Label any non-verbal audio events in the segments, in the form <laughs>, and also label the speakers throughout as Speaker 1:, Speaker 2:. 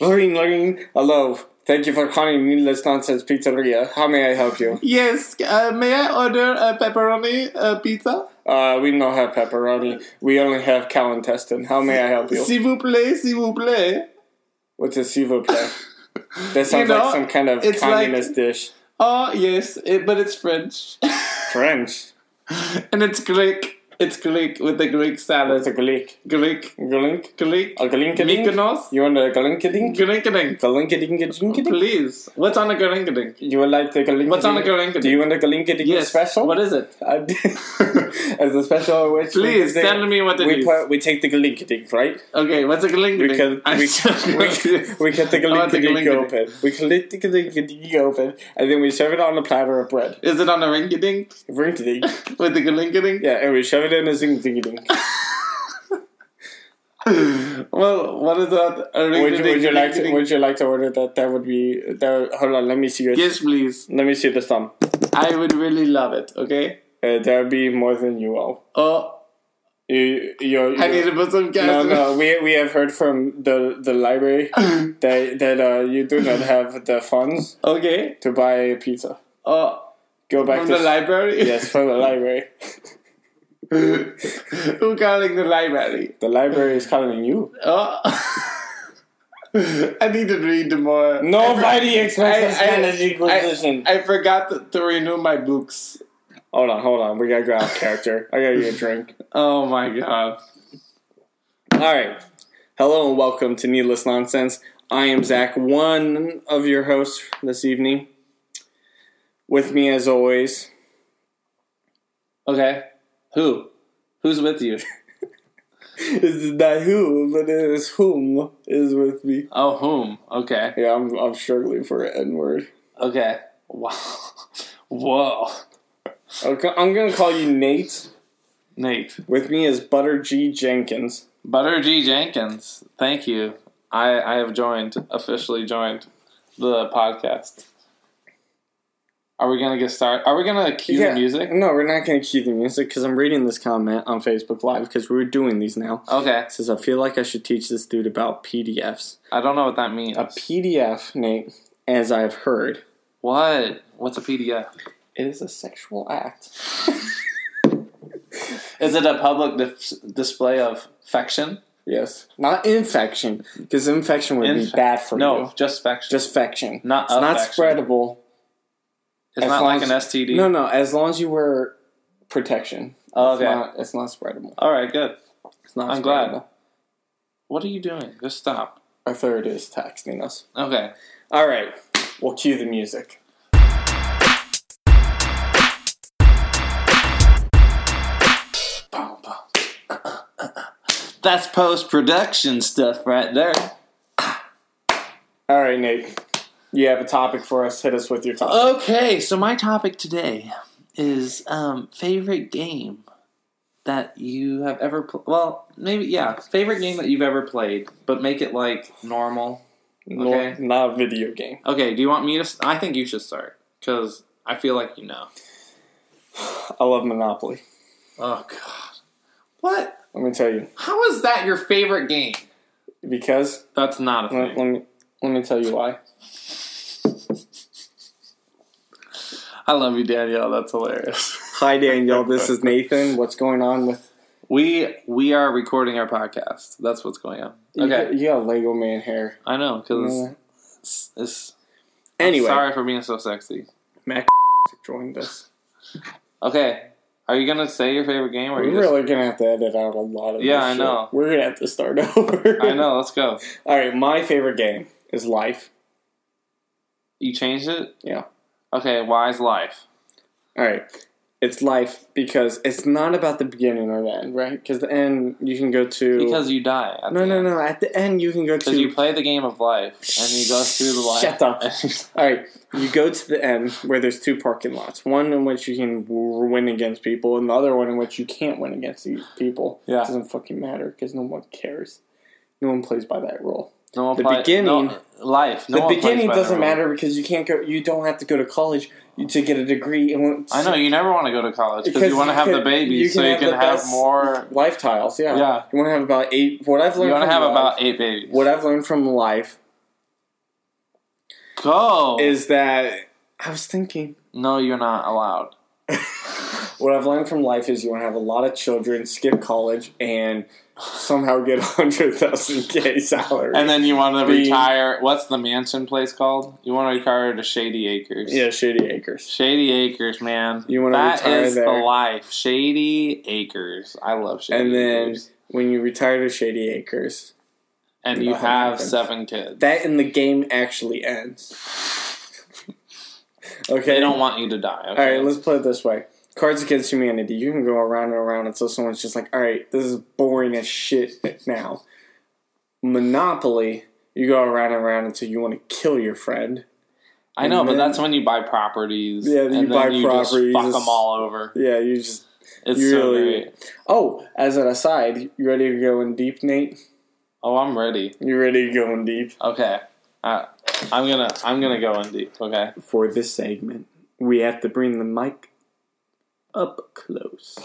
Speaker 1: Ring, ring. Hello. Thank you for calling Needless Nonsense Pizzeria. How may I help you?
Speaker 2: Yes, uh, may I order a pepperoni uh, pizza?
Speaker 1: Uh, we don't have pepperoni. We only have cow intestine. How may I help you?
Speaker 2: S'il vous plaît, s'il vous plaît.
Speaker 1: What's a s'il
Speaker 2: <laughs>
Speaker 1: vous plaît? That sounds
Speaker 2: know,
Speaker 1: like some kind of
Speaker 2: it's like-
Speaker 1: communist dish.
Speaker 2: Oh, yes, it, but it's French. <laughs>
Speaker 1: French.
Speaker 2: and it's Greek. It's Greek with the Greek
Speaker 1: That's
Speaker 2: salad.
Speaker 1: a glink.
Speaker 2: Greek,
Speaker 1: Glink?
Speaker 2: Greek,
Speaker 1: A glinkadink?
Speaker 2: Mykonos,
Speaker 1: You want a glinkadink?
Speaker 2: Galinkadink.
Speaker 1: Glinkadink?
Speaker 2: Please, what's on a Galinkadink?
Speaker 1: You would like the glinkadink?
Speaker 2: What's on a glinkadink?
Speaker 1: Do you want a glinkadink
Speaker 2: Yes.
Speaker 1: special?
Speaker 2: What is it?
Speaker 1: I <laughs> did- As a special which
Speaker 2: Please, tell me what it
Speaker 1: we
Speaker 2: is.
Speaker 1: put- we take the glinkadink, right?
Speaker 2: Okay, what's a Galinkadink?
Speaker 1: We
Speaker 2: <laughs>
Speaker 1: can
Speaker 2: I'm
Speaker 1: we,
Speaker 2: so
Speaker 1: we,
Speaker 2: confused.
Speaker 1: we cut the
Speaker 2: I want the
Speaker 1: glinkadink
Speaker 2: Galinkadink.
Speaker 1: open. We cut the glinkadink open, and then we serve it on a platter of bread.
Speaker 2: Is it on a Rinkadink <laughs>
Speaker 1: Glinkadink.
Speaker 2: with the Galinkadink?
Speaker 1: Yeah, and we shove it in a zing zing ding.
Speaker 2: Well, what is that? A
Speaker 1: Would you, would
Speaker 2: Rinkadink,
Speaker 1: you like to,
Speaker 2: Galinkadink?
Speaker 1: would you like to order that? That would be that. Hold on, let me see your
Speaker 2: Yes, please.
Speaker 1: let me see the thumb.
Speaker 2: I would really love it. Okay.
Speaker 1: Uh, that would be more than you owe.
Speaker 2: Oh,
Speaker 1: You you.
Speaker 2: I need to put some cash.
Speaker 1: no,
Speaker 2: in
Speaker 1: no, we, we have heard from the the
Speaker 2: <laughs>
Speaker 1: library that that uh, you do not have the funds
Speaker 2: Okay.
Speaker 1: to buy a pizza.
Speaker 2: Oh,
Speaker 1: Go back
Speaker 2: from
Speaker 1: to
Speaker 2: the library.
Speaker 1: yes from the library.
Speaker 2: <laughs> Who calling the library?
Speaker 1: The library is calling you.
Speaker 2: Oh. <laughs> I need to read more.
Speaker 1: Nobody expects
Speaker 2: I- I-
Speaker 1: Spanish Inquisition.
Speaker 2: I forgot to, to renew my books.
Speaker 1: hold on, hold on. We gotta go off character. I gotta get a drink.
Speaker 2: Oh my god.
Speaker 1: All right. Hello and welcome to Needless Nonsense. I am Zach, one of your hosts this evening. With me, as always,
Speaker 2: Okay. Who? Who's with you?
Speaker 1: is not who, but it is whom is with me.
Speaker 2: Oh, whom? Okay.
Speaker 1: Yeah, I'm, I'm struggling for an N word.
Speaker 2: Okay. Wow. <laughs> Whoa.
Speaker 1: Okay, I'm gonna call you Nate.
Speaker 2: Nate.
Speaker 1: With me is Butter G Jenkins.
Speaker 2: Butter G Jenkins, thank you. I, I have joined, officially joined the podcast. Are we gonna get started? Are we gonna cue the music?
Speaker 1: No, we're not gonna cue the music because I'm reading this comment on Facebook Live because we're doing these now.
Speaker 2: Okay.
Speaker 1: It says I feel like I should teach this dude about PDFs.
Speaker 2: I don't know what that means.
Speaker 1: A PDF, Nate, as I've heard,
Speaker 2: what? What's a PDF?
Speaker 1: it is a sexual act.
Speaker 2: Is it a public dis- display of fection?
Speaker 1: Yes, not infection, because infection would
Speaker 2: Inf-
Speaker 1: be bad for
Speaker 2: no,
Speaker 1: you.
Speaker 2: just fection.
Speaker 1: Just fection.
Speaker 2: Not
Speaker 1: it's not
Speaker 2: affection.
Speaker 1: spreadable.
Speaker 2: it's
Speaker 1: as
Speaker 2: not
Speaker 1: long
Speaker 2: like an
Speaker 1: as-
Speaker 2: STD.
Speaker 1: No, no. As long as you wear protection,
Speaker 2: Oh,
Speaker 1: it's
Speaker 2: okay.
Speaker 1: not, it's not spreadable.
Speaker 2: All right, good.
Speaker 1: It's not.
Speaker 2: I'm glad. What are you doing? Just stop.
Speaker 1: Our third is texting us.
Speaker 2: Okay.
Speaker 1: All right, we'll cue the music.
Speaker 2: Boom, boom. That's post production stuff right there.
Speaker 1: All right, Nate. You have a topic for us. Hit us with your topic.
Speaker 2: Okay, so my topic today is um, favorite game that you have ever pl- well, maybe yeah, favorite game that you've ever played, but make it like normal.
Speaker 1: Nor- not a video game.
Speaker 2: Okay, do you want me to s- I think you should start cuz I feel like you know.
Speaker 1: I love Monopoly.
Speaker 2: Oh god. What?
Speaker 1: Let me tell you
Speaker 2: How is that your favorite game?
Speaker 1: because
Speaker 2: That's not a
Speaker 1: let,
Speaker 2: thing.
Speaker 1: let me let me tell you why.
Speaker 2: <laughs> I love you, Danielle. That's hilarious.
Speaker 1: Hi, Daniel. This is Nathan. What's going on with?
Speaker 2: <laughs> We we are recording our podcast. That's what's going on.
Speaker 1: You got,
Speaker 2: Okay,
Speaker 1: you got Lego Man hair.
Speaker 2: I know because
Speaker 1: Yeah.
Speaker 2: it's, it's
Speaker 1: Anyway,
Speaker 2: sorry for being so sexy.
Speaker 1: Mac joined us.
Speaker 2: Okay. Are you gonna say your favorite game or are
Speaker 1: We're
Speaker 2: you just-
Speaker 1: really gonna have to edit out a lot of.
Speaker 2: Yeah,
Speaker 1: this
Speaker 2: I
Speaker 1: shit.
Speaker 2: know.
Speaker 1: We're gonna have to start <laughs> over.
Speaker 2: I know, let's go.
Speaker 1: All right, my favorite game is Life.
Speaker 2: You changed it?
Speaker 1: Yeah.
Speaker 2: Okay, why is life?
Speaker 1: All right. It's life because it's not about the beginning or the end, right? Because the end you can go to.
Speaker 2: Because you die. at
Speaker 1: no,
Speaker 2: the
Speaker 1: no,
Speaker 2: end.
Speaker 1: no. At the end you can go to.
Speaker 2: Because you play the game of life and you go through the life.
Speaker 1: Shut up. <laughs> All right, you go to the end where there's two parking lots. One in which you can w- win against people, and the other one in which you can't win against these people.
Speaker 2: Yeah.
Speaker 1: It doesn't fucking matter because no one cares. No one plays by that rule.
Speaker 2: no one
Speaker 1: The
Speaker 2: play-
Speaker 1: beginning-
Speaker 2: no- life. No
Speaker 1: the
Speaker 2: one plays
Speaker 1: beginning
Speaker 2: by the
Speaker 1: doesn't
Speaker 2: rules.
Speaker 1: matter because you can't go. You don't have to go to college to get a degree. And once-
Speaker 2: I know, you never want to go to college because
Speaker 1: Because
Speaker 2: you want to
Speaker 1: you
Speaker 2: have the
Speaker 1: can-
Speaker 2: baby
Speaker 1: you
Speaker 2: so
Speaker 1: can
Speaker 2: you
Speaker 1: have
Speaker 2: can
Speaker 1: the
Speaker 2: have
Speaker 1: best-
Speaker 2: more.
Speaker 1: life tiles. Yeah.
Speaker 2: Yeah.
Speaker 1: You want to have about eight. What I've
Speaker 2: You
Speaker 1: learned.
Speaker 2: want to
Speaker 1: from
Speaker 2: have
Speaker 1: life-
Speaker 2: about eight babies.
Speaker 1: what I've learned from life
Speaker 2: go.
Speaker 1: is that I was thinking
Speaker 2: no, you're not allowed.
Speaker 1: what I've learned from life is you want to have a lot of children, skip college, and somehow get <laughs> a hundred thousand k salary.
Speaker 2: And then you want to
Speaker 1: The-
Speaker 2: retire. What's the mansion place called? You want to retire to Shady Acres.
Speaker 1: yeah, Shady Acres.
Speaker 2: Shady Acres, man.
Speaker 1: You wanna
Speaker 2: That
Speaker 1: retire
Speaker 2: is
Speaker 1: there.
Speaker 2: the life. Shady Acres. I love Shady
Speaker 1: And then
Speaker 2: Acres.
Speaker 1: when you retire to Shady Acres,
Speaker 2: And you
Speaker 1: nothing
Speaker 2: have
Speaker 1: happens.
Speaker 2: seven kids.
Speaker 1: that and the game actually ends. <laughs> Okay.
Speaker 2: they don't want you to die.
Speaker 1: All
Speaker 2: Okay?
Speaker 1: right, let's play it this way. Cards Against Humanity. You can go around and around until someone's just like, all right, this is boring as shit now. Monopoly. You go around and around until you want to kill your friend.
Speaker 2: I know,
Speaker 1: and
Speaker 2: but
Speaker 1: then-
Speaker 2: that's when you buy properties.
Speaker 1: Yeah,
Speaker 2: and
Speaker 1: you
Speaker 2: then
Speaker 1: buy
Speaker 2: you
Speaker 1: properties,
Speaker 2: Just fuck
Speaker 1: just-
Speaker 2: them all over.
Speaker 1: Yeah, you just
Speaker 2: It's
Speaker 1: you
Speaker 2: so
Speaker 1: really-
Speaker 2: great.
Speaker 1: Oh, as an aside, you ready to go in deep, Nate?
Speaker 2: Oh, I'm ready.
Speaker 1: You ready to go in deep?
Speaker 2: Okay, uh, I'm gonna I'm gonna go in deep. Okay.
Speaker 1: For this segment, we have to bring the mic up close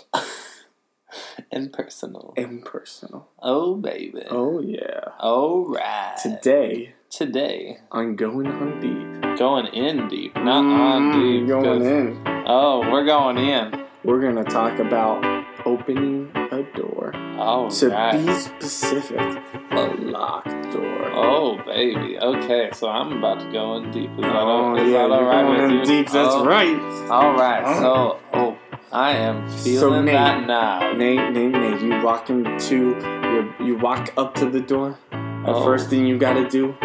Speaker 2: and personal.
Speaker 1: and personal.
Speaker 2: Oh baby.
Speaker 1: Oh yeah.
Speaker 2: All right.
Speaker 1: Today
Speaker 2: Today,
Speaker 1: I'm going on deep.
Speaker 2: going in deep, not on deep.
Speaker 1: Mm, Going
Speaker 2: 'cause-
Speaker 1: in.
Speaker 2: Oh, we're going in.
Speaker 1: We're gonna talk about opening a door.
Speaker 2: All
Speaker 1: To
Speaker 2: right.
Speaker 1: be specific, a locked door.
Speaker 2: Oh baby. Okay, so I'm about to go in deep. Is that, o- is that all
Speaker 1: Oh, you're
Speaker 2: right
Speaker 1: going
Speaker 2: with
Speaker 1: in
Speaker 2: you?
Speaker 1: deep. That's
Speaker 2: Oh,
Speaker 1: right.
Speaker 2: All right. So, oh, I am feeling
Speaker 1: Nate-
Speaker 2: that now.
Speaker 1: Nate, Nate, Nate, you walk into your, you walk up to the door. The
Speaker 2: Oh.
Speaker 1: first thing you gotta do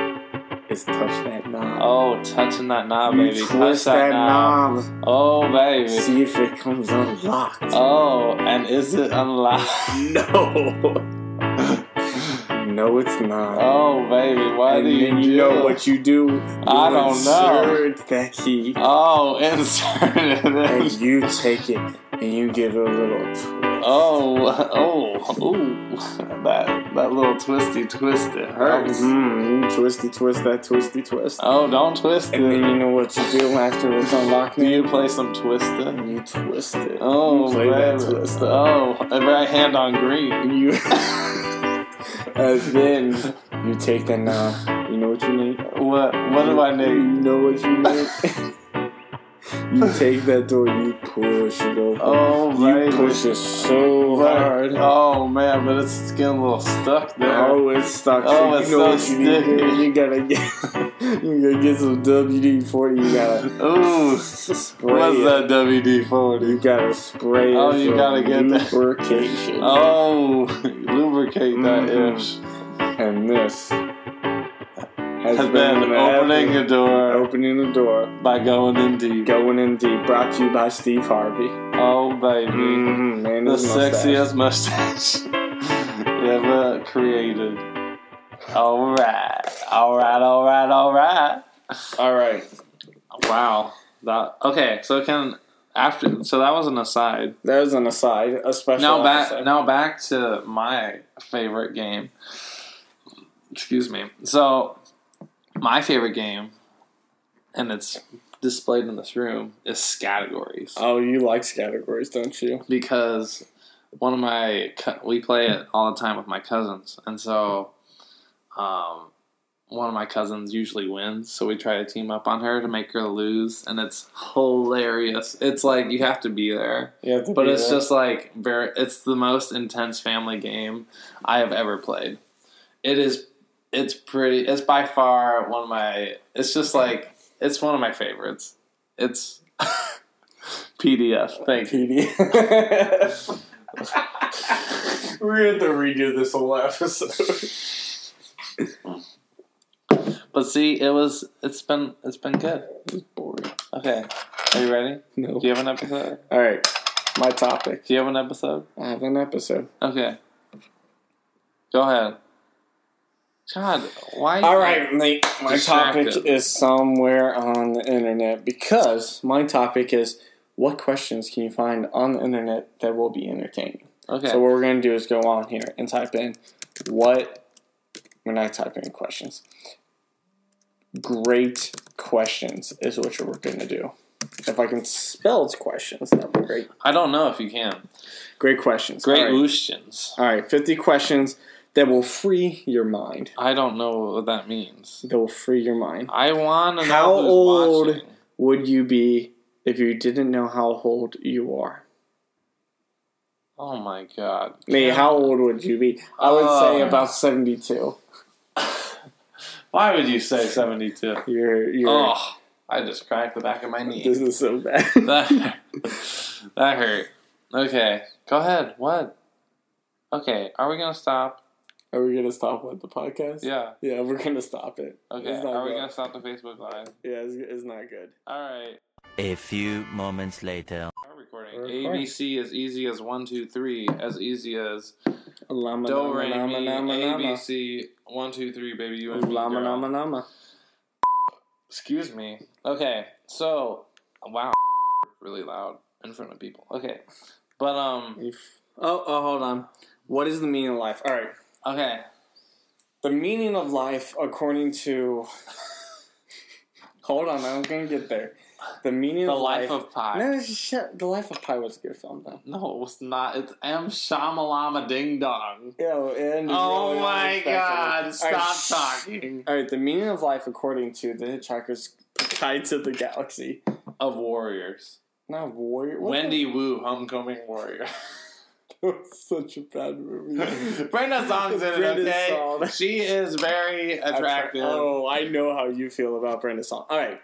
Speaker 1: is touch that knob.
Speaker 2: Oh, touching that knob,
Speaker 1: you
Speaker 2: baby.
Speaker 1: twist
Speaker 2: Touch
Speaker 1: that knob.
Speaker 2: Oh baby.
Speaker 1: See if it comes unlocked.
Speaker 2: Oh, and is it unlocked?
Speaker 1: No. <laughs> no, it's not.
Speaker 2: Oh baby, why
Speaker 1: and
Speaker 2: do you
Speaker 1: then you
Speaker 2: do
Speaker 1: know what you do. You
Speaker 2: I don't know.
Speaker 1: insert that
Speaker 2: <laughs>
Speaker 1: key,
Speaker 2: Oh, insert it
Speaker 1: and
Speaker 2: in.
Speaker 1: you take it, and you give it a little twist.
Speaker 2: Oh, oh, ooh. <laughs> That, that little twisty twist, it hurts.
Speaker 1: Mm, you twisty twist that twisty twist.
Speaker 2: Oh, don't twist
Speaker 1: And then
Speaker 2: it.
Speaker 1: you know what you do after it's unlocked,
Speaker 2: Do
Speaker 1: Nate?
Speaker 2: you play some twister?
Speaker 1: You twist it.
Speaker 2: Oh,
Speaker 1: you play that
Speaker 2: baby.
Speaker 1: twist.
Speaker 2: Oh, and right hand on green.
Speaker 1: And you. <laughs> and then you take that knob. You know what you need?
Speaker 2: What, what do I
Speaker 1: You
Speaker 2: need?
Speaker 1: know what you need? <laughs> you take that door, you push it open.
Speaker 2: Oh,
Speaker 1: you
Speaker 2: baby.
Speaker 1: push it so hard.
Speaker 2: Oh, man, but it's getting a little stuck there.
Speaker 1: Oh, it's stuck.
Speaker 2: Oh, it's
Speaker 1: you know
Speaker 2: so
Speaker 1: what you need to do.
Speaker 2: sticky.
Speaker 1: You gotta get, <laughs> you gotta get some WD forty. You gotta
Speaker 2: Ooh,
Speaker 1: spray
Speaker 2: what's
Speaker 1: it.
Speaker 2: that WD 40?
Speaker 1: You gotta spray
Speaker 2: Oh,
Speaker 1: it.
Speaker 2: you
Speaker 1: for
Speaker 2: gotta get that.
Speaker 1: lubrication.
Speaker 2: Oh, lubricate that
Speaker 1: Mhm.
Speaker 2: ish.
Speaker 1: And this has
Speaker 2: Has been
Speaker 1: an
Speaker 2: opening
Speaker 1: epic-
Speaker 2: a door
Speaker 1: opening the door,
Speaker 2: by going in deep.
Speaker 1: going in deep. Brought to you by Steve Harvey.
Speaker 2: Oh, baby.
Speaker 1: Mm-hmm, man,
Speaker 2: The
Speaker 1: his mustache.
Speaker 2: sexiest mustache <laughs> ever created. All right. All right, all right, all right.
Speaker 1: All right,
Speaker 2: Wow. That okay, so can after so that was an aside.
Speaker 1: that was an aside. A special.
Speaker 2: Now back
Speaker 1: episode.
Speaker 2: now back to my favorite game. Excuse me. So my favorite game and it's displayed in this room is categories.
Speaker 1: Oh, you like categories, don't you?
Speaker 2: because one of my cou- we play it all the time with my cousins, and so um, one of my cousins usually wins, so we try to team up on her to make her lose, and it's hilarious. It's like you have to be there,
Speaker 1: You have to
Speaker 2: but
Speaker 1: be
Speaker 2: it's
Speaker 1: there.
Speaker 2: just like very. It's the most intense family game I have ever played. It is. It's pretty. It's by far one of my. It's just like it's one of my favorites. It's. <laughs> PDF. Thank you.
Speaker 1: <laughs> PD. We're going to redo this whole episode.
Speaker 2: But see, it was it's been it's been good.
Speaker 1: Boring.
Speaker 2: Okay. Are you ready?
Speaker 1: No.
Speaker 2: Do you have an episode?
Speaker 1: All right. My topic.
Speaker 2: Do you have an episode?
Speaker 1: I have an episode.
Speaker 2: Okay. Go ahead. God, why
Speaker 1: All right, Nate. My
Speaker 2: Distracted.
Speaker 1: topic is somewhere on the internet because my topic is what questions can you find on the internet that will be entertaining?
Speaker 2: Okay.
Speaker 1: So, what we're going to do is go on here and type in what, when I type in questions, great questions is what you're going to do. If I can spell questions, that'd be great.
Speaker 2: I don't know if you can.
Speaker 1: Great questions.
Speaker 2: Great
Speaker 1: All right.
Speaker 2: questions.
Speaker 1: All right, 50 questions that will free your mind.
Speaker 2: I don't know what that means.
Speaker 1: That will free your mind.
Speaker 2: I want to know
Speaker 1: How
Speaker 2: who's
Speaker 1: old-
Speaker 2: watching.
Speaker 1: Would you be if you didn't know how old you are?
Speaker 2: Oh my god.
Speaker 1: Nate, how old would you be? I would say
Speaker 2: Um,
Speaker 1: about seventy-two.
Speaker 2: Why would you say 72?
Speaker 1: You're, you're.
Speaker 2: Oh, I just cracked the back of my
Speaker 1: This
Speaker 2: knee.
Speaker 1: is so bad.
Speaker 2: <laughs> That hurt. that hurt. Okay, go ahead. What? Okay, are we gonna stop?
Speaker 1: Are we gonna stop with the podcast?
Speaker 2: Yeah.
Speaker 1: Yeah, we're gonna stop it.
Speaker 2: Okay.
Speaker 1: It's not
Speaker 2: Are we
Speaker 1: good.
Speaker 2: gonna stop the Facebook live?
Speaker 1: Yeah, it's, it's not good.
Speaker 2: All right.
Speaker 3: A few moments later.
Speaker 2: We're recording.
Speaker 1: We're recording.
Speaker 2: ABC as easy as one two three. As easy as
Speaker 1: Lama
Speaker 2: do
Speaker 1: lama
Speaker 2: re
Speaker 1: lama
Speaker 2: mi
Speaker 1: lama lama.
Speaker 2: ABC one two three. Baby, you and me.
Speaker 1: Lama
Speaker 2: girl.
Speaker 1: lama lama.
Speaker 2: Excuse me. Okay, so wow, really loud in front of people. Okay, but um,
Speaker 1: If- Oh, oh, hold on. What is the meaning of life? All right.
Speaker 2: okay,
Speaker 1: The meaning of life, according to. <laughs> Hold on, I'm gonna get there. The meaning
Speaker 2: the
Speaker 1: of life.
Speaker 2: life of Pi.
Speaker 1: No, shut. The life of Pi was a good film, though.
Speaker 2: No, it was not. It's M. Shamalama Ding Dong.
Speaker 1: Yo, and
Speaker 2: Oh
Speaker 1: really
Speaker 2: my
Speaker 1: unexpected. All
Speaker 2: god,
Speaker 1: right,
Speaker 2: stop
Speaker 1: shh.
Speaker 2: talking.
Speaker 1: All right, the meaning of life, according to the Hitchhiker's Guide to the Galaxy.
Speaker 2: Of Warriors.
Speaker 1: Not warrior. what
Speaker 2: Wendy Wu, Homecoming
Speaker 1: <laughs>
Speaker 2: Warrior. <laughs>
Speaker 1: the- <laughs> That was such a bad movie.
Speaker 2: Brenda Song's in it,
Speaker 1: Brenda
Speaker 2: okay?
Speaker 1: Song.
Speaker 2: She is very attractive.
Speaker 1: Oh, I know how you feel about Brenda Song. All
Speaker 2: <laughs>
Speaker 1: right.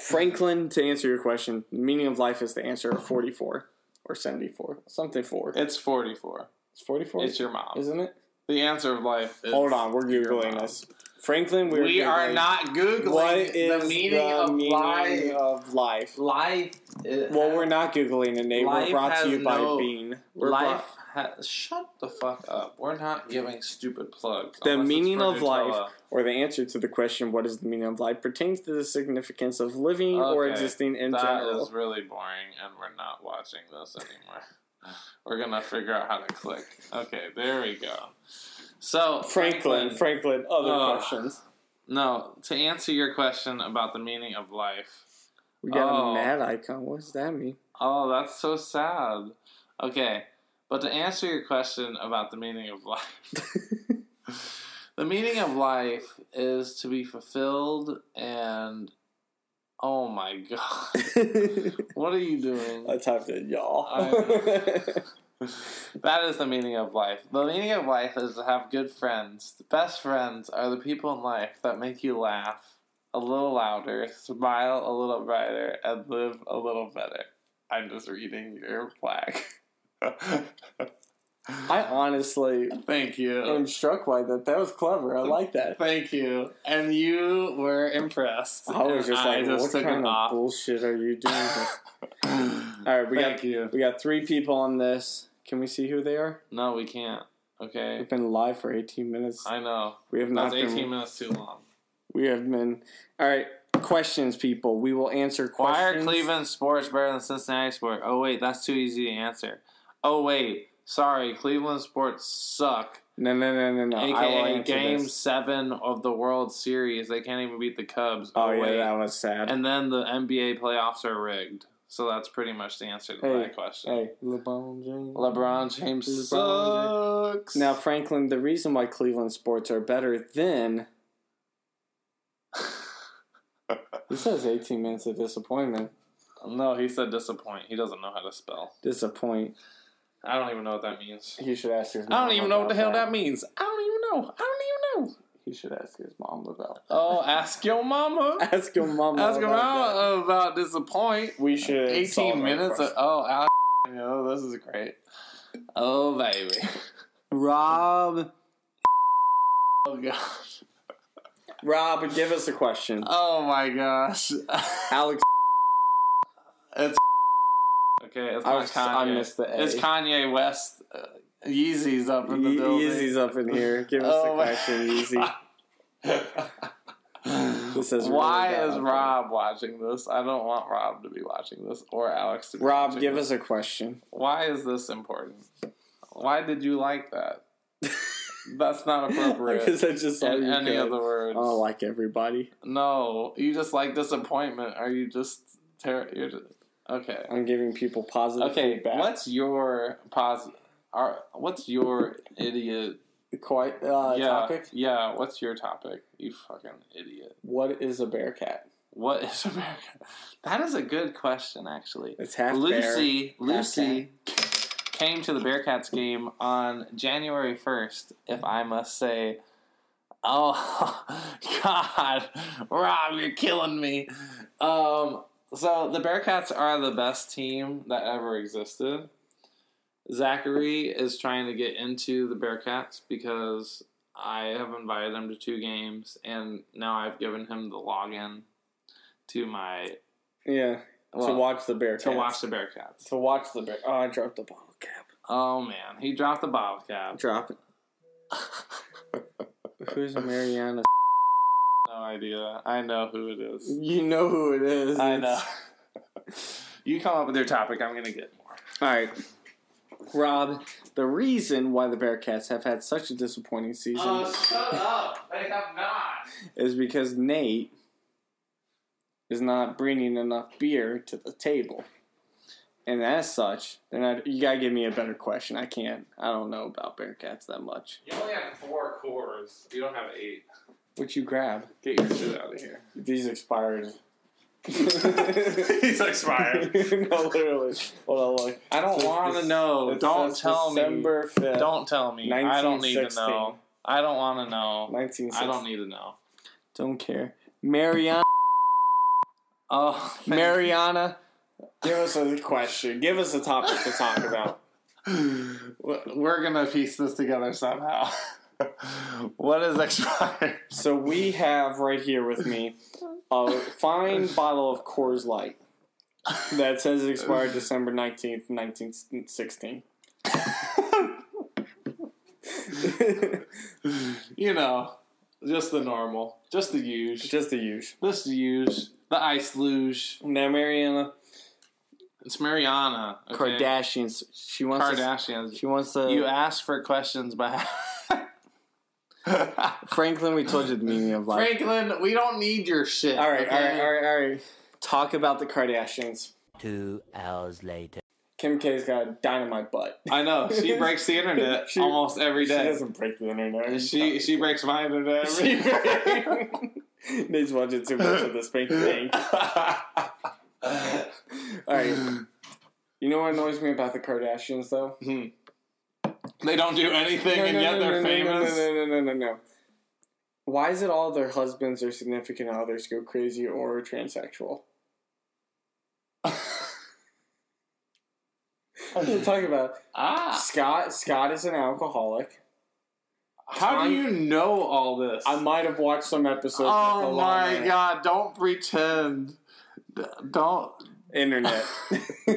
Speaker 1: Franklin, to answer your question, the meaning of life is the answer of 44 or 74. Something 4.
Speaker 2: It's 44.
Speaker 1: It's 44,
Speaker 2: It's your mom.
Speaker 1: isn't it?
Speaker 2: the answer of life is.
Speaker 1: Hold on, we're
Speaker 2: your
Speaker 1: Googling
Speaker 2: mom.
Speaker 1: this. Franklin, we're
Speaker 2: We are
Speaker 1: Googling.
Speaker 2: not Googling
Speaker 1: What is
Speaker 2: the meaning of
Speaker 1: meaning
Speaker 2: life.
Speaker 1: of life?
Speaker 2: life. is-
Speaker 1: Well, we're not Googling it, Nate. We're
Speaker 2: Life
Speaker 1: brought
Speaker 2: has
Speaker 1: to you by
Speaker 2: no-
Speaker 1: Bean. We're
Speaker 2: Life
Speaker 1: brought-
Speaker 2: ha- shut the fuck up. We're not giving stupid plugs.
Speaker 1: The
Speaker 2: unless it's
Speaker 1: meaning
Speaker 2: for
Speaker 1: of life
Speaker 2: Nutella.
Speaker 1: or the answer to the question, what is the meaning of life, pertains to the significance of living or
Speaker 2: Okay,
Speaker 1: existing in
Speaker 2: That is
Speaker 1: general.
Speaker 2: really boring, and we're not watching this anymore. <laughs> we're gonna figure out how to click. Okay, there we go. So
Speaker 1: Franklin, Franklin, other
Speaker 2: Ugh.
Speaker 1: questions.
Speaker 2: No, to answer your question about the meaning of life.
Speaker 1: We got
Speaker 2: Oh.
Speaker 1: a mad icon. What does that mean? <laughs>
Speaker 2: Oh, that's so sad. Okay, but to answer your question about the meaning
Speaker 1: <laughs>
Speaker 2: of life, the meaning of life is to be fulfilled and. Oh my god. <laughs> What are you doing?
Speaker 1: I typed in y'all.
Speaker 2: I that is the meaning of life. The meaning of life is to have good friends. The best friends are the people in life that make you laugh a little louder, smile a little brighter, and live a little better. I'm just reading your plaque.
Speaker 1: <laughs> <laughs> I honestly
Speaker 2: Thank
Speaker 1: am
Speaker 2: you.
Speaker 1: struck by that. That was clever. I like that.
Speaker 2: Thank you. And you were impressed.
Speaker 1: I was just
Speaker 2: And
Speaker 1: like,
Speaker 2: I just
Speaker 1: what
Speaker 2: took
Speaker 1: kind of
Speaker 2: it off.
Speaker 1: bullshit are you doing? here?
Speaker 2: <laughs> Thank
Speaker 1: All right, we got
Speaker 2: you.
Speaker 1: we got three people on this. Can we see who they are?
Speaker 2: No, we can't. Okay.
Speaker 1: We've been live for 18 minutes.
Speaker 2: I know.
Speaker 1: We have not
Speaker 2: That's 18
Speaker 1: been.
Speaker 2: minutes too long.
Speaker 1: We have been. All right, questions, people. We will answer
Speaker 2: Why are
Speaker 1: questions.
Speaker 2: Cleveland sports better than Cincinnati sport? Oh wait, that's too easy to answer. Oh wait, sorry, Cleveland sports suck.
Speaker 1: No, no, no, no, no. I will
Speaker 2: AKA
Speaker 1: answer
Speaker 2: Game
Speaker 1: this.
Speaker 2: Seven of the World Series, they can't even beat the Cubs.
Speaker 1: Oh,
Speaker 2: Oh,
Speaker 1: yeah,
Speaker 2: wait,
Speaker 1: that was sad.
Speaker 2: and then the NBA playoffs are rigged. So that's pretty much the answer to
Speaker 1: Hey,
Speaker 2: that question.
Speaker 1: hey, LeBron James.
Speaker 2: LeBron James
Speaker 1: LeBron
Speaker 2: sucks.
Speaker 1: Now, Franklin, the reason why Cleveland sports are better
Speaker 2: <laughs>
Speaker 1: than. He says 18 minutes of disappointment.
Speaker 2: no, he said disappoint. He doesn't know how to spell.
Speaker 1: Disappoint.
Speaker 2: I don't even know what that means.
Speaker 1: He should ask his
Speaker 2: I
Speaker 1: mom.
Speaker 2: don't even know what the
Speaker 1: about
Speaker 2: hell that means. I don't even know. I don't even know.
Speaker 1: He should ask his mom about
Speaker 2: Oh, ask your mama.
Speaker 1: that. Ask your mom
Speaker 2: Ask him
Speaker 1: about that.
Speaker 2: out about disappoint.
Speaker 1: We should. solve that
Speaker 2: 18 minutes.
Speaker 1: question.
Speaker 2: Of, oh, Al- oh, this is great. Oh, baby.
Speaker 1: <laughs> Rob.
Speaker 2: Oh, gosh.
Speaker 1: Rob, give us a question.
Speaker 2: Oh,
Speaker 1: <laughs>
Speaker 2: my gosh.
Speaker 1: Alex.
Speaker 2: it's. Okay, it's
Speaker 1: I,
Speaker 2: not
Speaker 1: was,
Speaker 2: Kanye.
Speaker 1: I missed the A.
Speaker 2: It's Kanye West. Uh, Yeezy's up in the
Speaker 1: Ye-
Speaker 2: building.
Speaker 1: Yeezy's up in here. Give us
Speaker 2: Oh
Speaker 1: a
Speaker 2: my- <laughs>
Speaker 1: question, Yeezy. <laughs> This is really
Speaker 2: Why
Speaker 1: bad
Speaker 2: is
Speaker 1: up
Speaker 2: Rob watching this? I don't want Rob to be watching this or Alex to be
Speaker 1: here. Rob,
Speaker 2: watching
Speaker 1: give
Speaker 2: this.
Speaker 1: us a question.
Speaker 2: Why is this important? Why did you
Speaker 1: <laughs>
Speaker 2: like that? That's not appropriate
Speaker 1: Because I just saw
Speaker 2: in
Speaker 1: you
Speaker 2: any
Speaker 1: go,
Speaker 2: of the
Speaker 1: I
Speaker 2: words.
Speaker 1: don't like everybody.
Speaker 2: no, you just like disappointment. Are you just ter- you're just, okay?
Speaker 1: I'm giving people positive
Speaker 2: Okay,
Speaker 1: feedback.
Speaker 2: what's your pos? Are what's your idiot
Speaker 1: Quite uh,
Speaker 2: yeah,
Speaker 1: topic.
Speaker 2: Yeah, what's your topic? You fucking idiot.
Speaker 1: What is a bear cat?
Speaker 2: What is America? <laughs> That is a good question, actually.
Speaker 1: It's half
Speaker 2: Lucy,
Speaker 1: bear,
Speaker 2: Lucy came to the Bearcats game on January 1st, if I must say. Oh, <laughs> God. Rob, you're killing me. Um, so, the Bearcats are the best team that ever existed. Zachary is trying to get into the Bearcats because I have invited him to two games, and now I've given him the login to my
Speaker 1: Yeah.
Speaker 2: well,
Speaker 1: to watch the bear.
Speaker 2: to
Speaker 1: cats.
Speaker 2: watch the Bearcats.
Speaker 1: To watch the bear. Oh, I dropped the bottle cap.
Speaker 2: Oh man, he dropped the bottle cap.
Speaker 1: Drop
Speaker 2: <laughs>
Speaker 1: it. Who's Mariana?
Speaker 2: No idea. I know who it is.
Speaker 1: <laughs> You know who it is.
Speaker 2: I know. <laughs> you come up with your topic. I'm gonna get more.
Speaker 1: All right. Rob, the reason why the Bearcats have had such a disappointing season
Speaker 2: shut up! They have not.
Speaker 1: is because Nate is not bringing enough beer to the table. And as such, they're not. You gotta give me a better question. I can't. I don't know about Bearcats that much.
Speaker 2: You only have four cores. You don't have eight.
Speaker 1: What you grab?
Speaker 2: Get your shit out of here.
Speaker 1: These expired.
Speaker 2: He's expired.
Speaker 1: <laughs> no, literally. Hold on, look.
Speaker 2: I don't want to know.
Speaker 1: It
Speaker 2: Don't
Speaker 1: says
Speaker 2: tell me.
Speaker 1: December 5th,
Speaker 2: Don't tell me. I don't need to
Speaker 1: 1916.
Speaker 2: know. I don't want to know.
Speaker 1: 1960.
Speaker 2: I don't need to know.
Speaker 1: Don't care. Mariana.
Speaker 2: Oh,
Speaker 1: Mariana. Give us a question. Give us a topic to talk about.
Speaker 2: We're gonna piece this together somehow. <laughs> what is expired?
Speaker 1: So we have right here with me a fine bottle of Coors Light that says it expired December 19th, 1916.
Speaker 2: You know, just the normal, just the
Speaker 1: <laughs>
Speaker 2: use,
Speaker 1: Just the usual.
Speaker 2: just the use, the ice luge.
Speaker 1: Now, Mariana
Speaker 2: It's Mariana okay?
Speaker 1: Kardashians. She wants To,
Speaker 2: Kardashians.
Speaker 1: she wants to.
Speaker 2: You asked for questions, but <laughs>
Speaker 1: Franklin, we told you the meaning of life.
Speaker 2: Franklin, we don't need your shit.
Speaker 1: all right, all right,
Speaker 2: okay?
Speaker 1: all right, all right. Talk about the Kardashians.
Speaker 3: Two hours later.
Speaker 1: Kim K's got a dynamite butt. <laughs>
Speaker 2: I know she breaks the internet
Speaker 1: She-
Speaker 2: almost every
Speaker 1: She
Speaker 2: day.
Speaker 1: doesn't break the internet.
Speaker 2: She she breaks my internet. Every
Speaker 1: <laughs>
Speaker 2: <laughs>
Speaker 1: Nate's watching too much of this big thing. All right. You know what annoys me about the Kardashians, though?
Speaker 2: they don't do anything, and yet
Speaker 1: no,
Speaker 2: they're
Speaker 1: no,
Speaker 2: famous.
Speaker 1: No, no, no, no, no, no. Why is it all their husbands or significant others go crazy or are
Speaker 2: <laughs>
Speaker 1: transsexual? What are you talking about?
Speaker 2: Ah,
Speaker 1: Scott Scott is an alcoholic.
Speaker 2: How do you know all this?
Speaker 1: I might have watched some episodes. of
Speaker 2: oh
Speaker 1: The
Speaker 2: my
Speaker 1: Lawman.
Speaker 2: god, don't pretend. D- Don't.
Speaker 1: Internet.
Speaker 2: <laughs>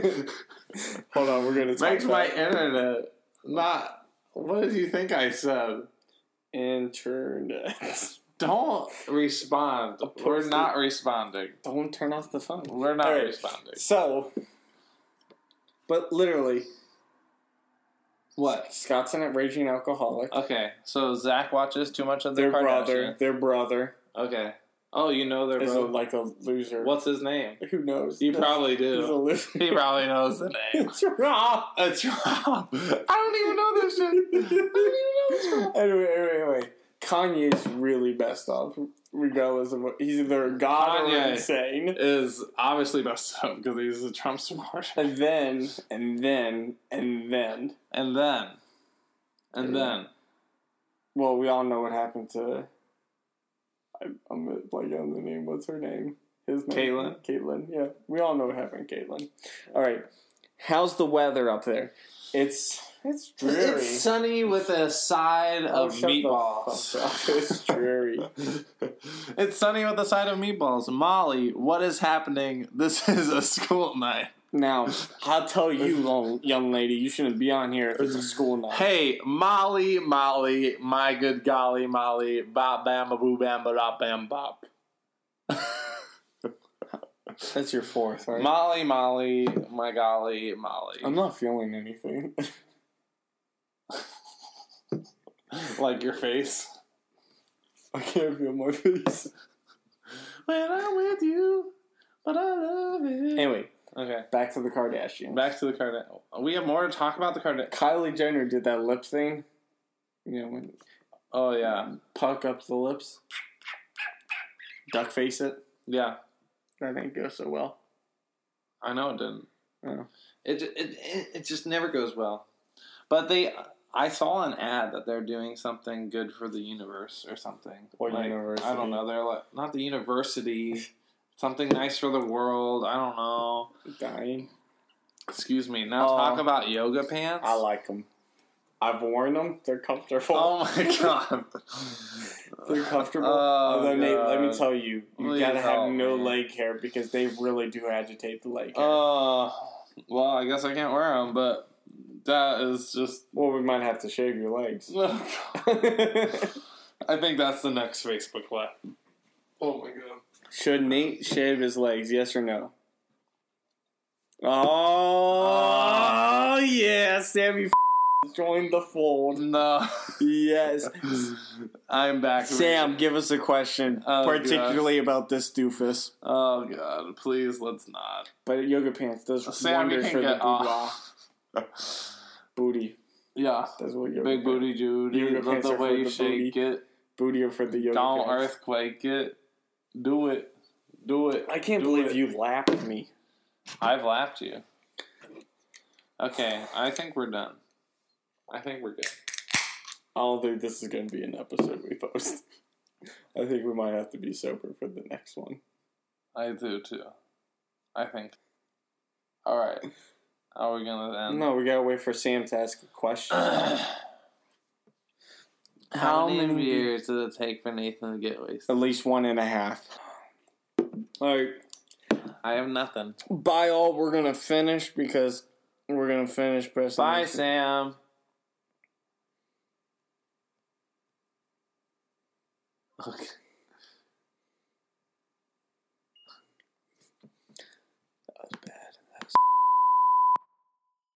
Speaker 1: Hold on, we're gonna talk
Speaker 2: Breaks
Speaker 1: about
Speaker 2: my internet. Not. What did you think I said?
Speaker 1: internet.
Speaker 2: Don't respond. We're not responding.
Speaker 1: Don't turn off the phone.
Speaker 2: We're not
Speaker 1: All right.
Speaker 2: responding.
Speaker 1: So, but literally,
Speaker 2: What?
Speaker 1: Scott's an raging alcoholic.
Speaker 2: Okay, so Zach watches too much of Uh, the
Speaker 1: their brother,
Speaker 2: Kardashian.
Speaker 1: their brother
Speaker 2: Okay. Oh, you know their
Speaker 1: is a,
Speaker 2: brother.
Speaker 1: like a loser.
Speaker 2: What's his name?
Speaker 1: Who knows?
Speaker 2: You
Speaker 1: <laughs>
Speaker 2: probably
Speaker 1: He's
Speaker 2: <laughs>
Speaker 1: a
Speaker 2: do.
Speaker 1: loser.
Speaker 2: He probably knows the name.
Speaker 1: It's Rob. <laughs>
Speaker 2: It's Rob. I don't even know this shit.
Speaker 1: Anyway, anyway, anyway. Kanye's really messed up, regardless of what he's either a god or
Speaker 2: Kanye.
Speaker 1: insane.
Speaker 2: is obviously messed up because he's a Trump supporter.
Speaker 1: And then, and then, and then.
Speaker 2: And then, and then,
Speaker 1: Well, we all know what happened to. I, I'm blanking on the name. What's her name? His name.
Speaker 2: Caitlyn?
Speaker 1: Caitlin. Yeah, we all know what happened, to Caitlin. All right. How's the weather up there? It's it's dreary.
Speaker 2: it's sunny with a side
Speaker 1: Oh,
Speaker 2: of
Speaker 1: shut the
Speaker 2: meatballs.
Speaker 1: fuck up. It's dreary.
Speaker 2: <laughs> It's sunny with a side of meatballs. Molly, what is happening? This <laughs> is a school night.
Speaker 1: now, I'll tell you, lo- young lady, you shouldn't be on here if it's a school night.
Speaker 2: Hey, Molly, Molly, my good golly, Molly, bop, bam, ba, boo, bam, ba, da, bam, bop.
Speaker 1: That's your fourth, right?
Speaker 2: Molly, Molly, my golly, Molly.
Speaker 1: I'm not feeling anything. <laughs>
Speaker 2: like your face.
Speaker 1: I can't feel my face.
Speaker 2: When I'm with you, but I love it.
Speaker 1: Anyway,
Speaker 2: Okay.
Speaker 1: back to the Kardashians.
Speaker 2: Back to the Kardashian. We have more to talk about the Kardashian.
Speaker 1: Kylie Jenner did that lip thing You know, when
Speaker 2: Oh yeah,
Speaker 1: puck up the lips, duck face it.
Speaker 2: yeah.
Speaker 1: That didn't go so well.
Speaker 2: I know it didn't.
Speaker 1: Oh.
Speaker 2: It, it it it just never goes well. But they, I saw an ad that they're doing something good for the universe or something.
Speaker 1: What
Speaker 2: Like, I
Speaker 1: university?
Speaker 2: don't know. They're like not the university. Something nice for the world. I don't know.
Speaker 1: Dying.
Speaker 2: Excuse me. Now
Speaker 1: Oh.
Speaker 2: talk about yoga pants.
Speaker 1: I like them. I've worn them. They're comfortable.
Speaker 2: <laughs> Oh my <laughs> god.
Speaker 1: They're comfortable.
Speaker 2: <laughs> Oh,
Speaker 1: Although, Nate, let me
Speaker 2: God.
Speaker 1: tell you, you
Speaker 2: Please
Speaker 1: gotta have
Speaker 2: help
Speaker 1: no
Speaker 2: me.
Speaker 1: leg hair because they really do agitate the leg hair.
Speaker 2: Oh. well, I guess I can't wear them, but that is just. <laughs>
Speaker 1: well, we might have to shave your legs.
Speaker 2: I think that's the next Facebook Live. Oh my god.
Speaker 1: Should Nate shave his legs? Yes or no? Oh, yeah, Sammy f- joined the fold.
Speaker 2: No. <laughs>
Speaker 1: Yes,
Speaker 2: I'm back.
Speaker 1: Sam, give us a question,
Speaker 2: Oh,
Speaker 1: particularly about this doofus.
Speaker 2: Oh god, please let's not.
Speaker 1: But yoga pants does
Speaker 2: Sam, you
Speaker 1: wonders
Speaker 2: can
Speaker 1: for the
Speaker 2: get
Speaker 1: boudoir.
Speaker 2: off.
Speaker 1: booty.
Speaker 2: Yeah.
Speaker 1: That's what yoga
Speaker 2: Big
Speaker 1: pants-
Speaker 2: booty dude.
Speaker 1: Yoga
Speaker 2: Love
Speaker 1: pants
Speaker 2: the
Speaker 1: are for
Speaker 2: way you
Speaker 1: the
Speaker 2: shake it.
Speaker 1: booty are for the yoga.
Speaker 2: Don't
Speaker 1: pants.
Speaker 2: earthquake it. Do it. Do it.
Speaker 1: I can't
Speaker 2: Do
Speaker 1: believe
Speaker 2: it.
Speaker 1: you laughed me.
Speaker 2: I've lapped you. Okay, I think we're done. I think we're good.
Speaker 1: I don't think this is going to be an episode we post. <laughs> I think we might have to be sober for the next one.
Speaker 2: I do too. I think. Alright. Are we gonna end? <sighs>
Speaker 1: No, we gotta wait for Sam to ask a
Speaker 2: <clears throat>
Speaker 1: question.
Speaker 2: How, many beers did it take for Nathan to get
Speaker 1: At
Speaker 2: wasted?
Speaker 1: least one and a half. All right.
Speaker 2: I have nothing.
Speaker 1: By all, we're gonna finish because we're gonna finish pressing.
Speaker 2: Bye, Sam. Okay.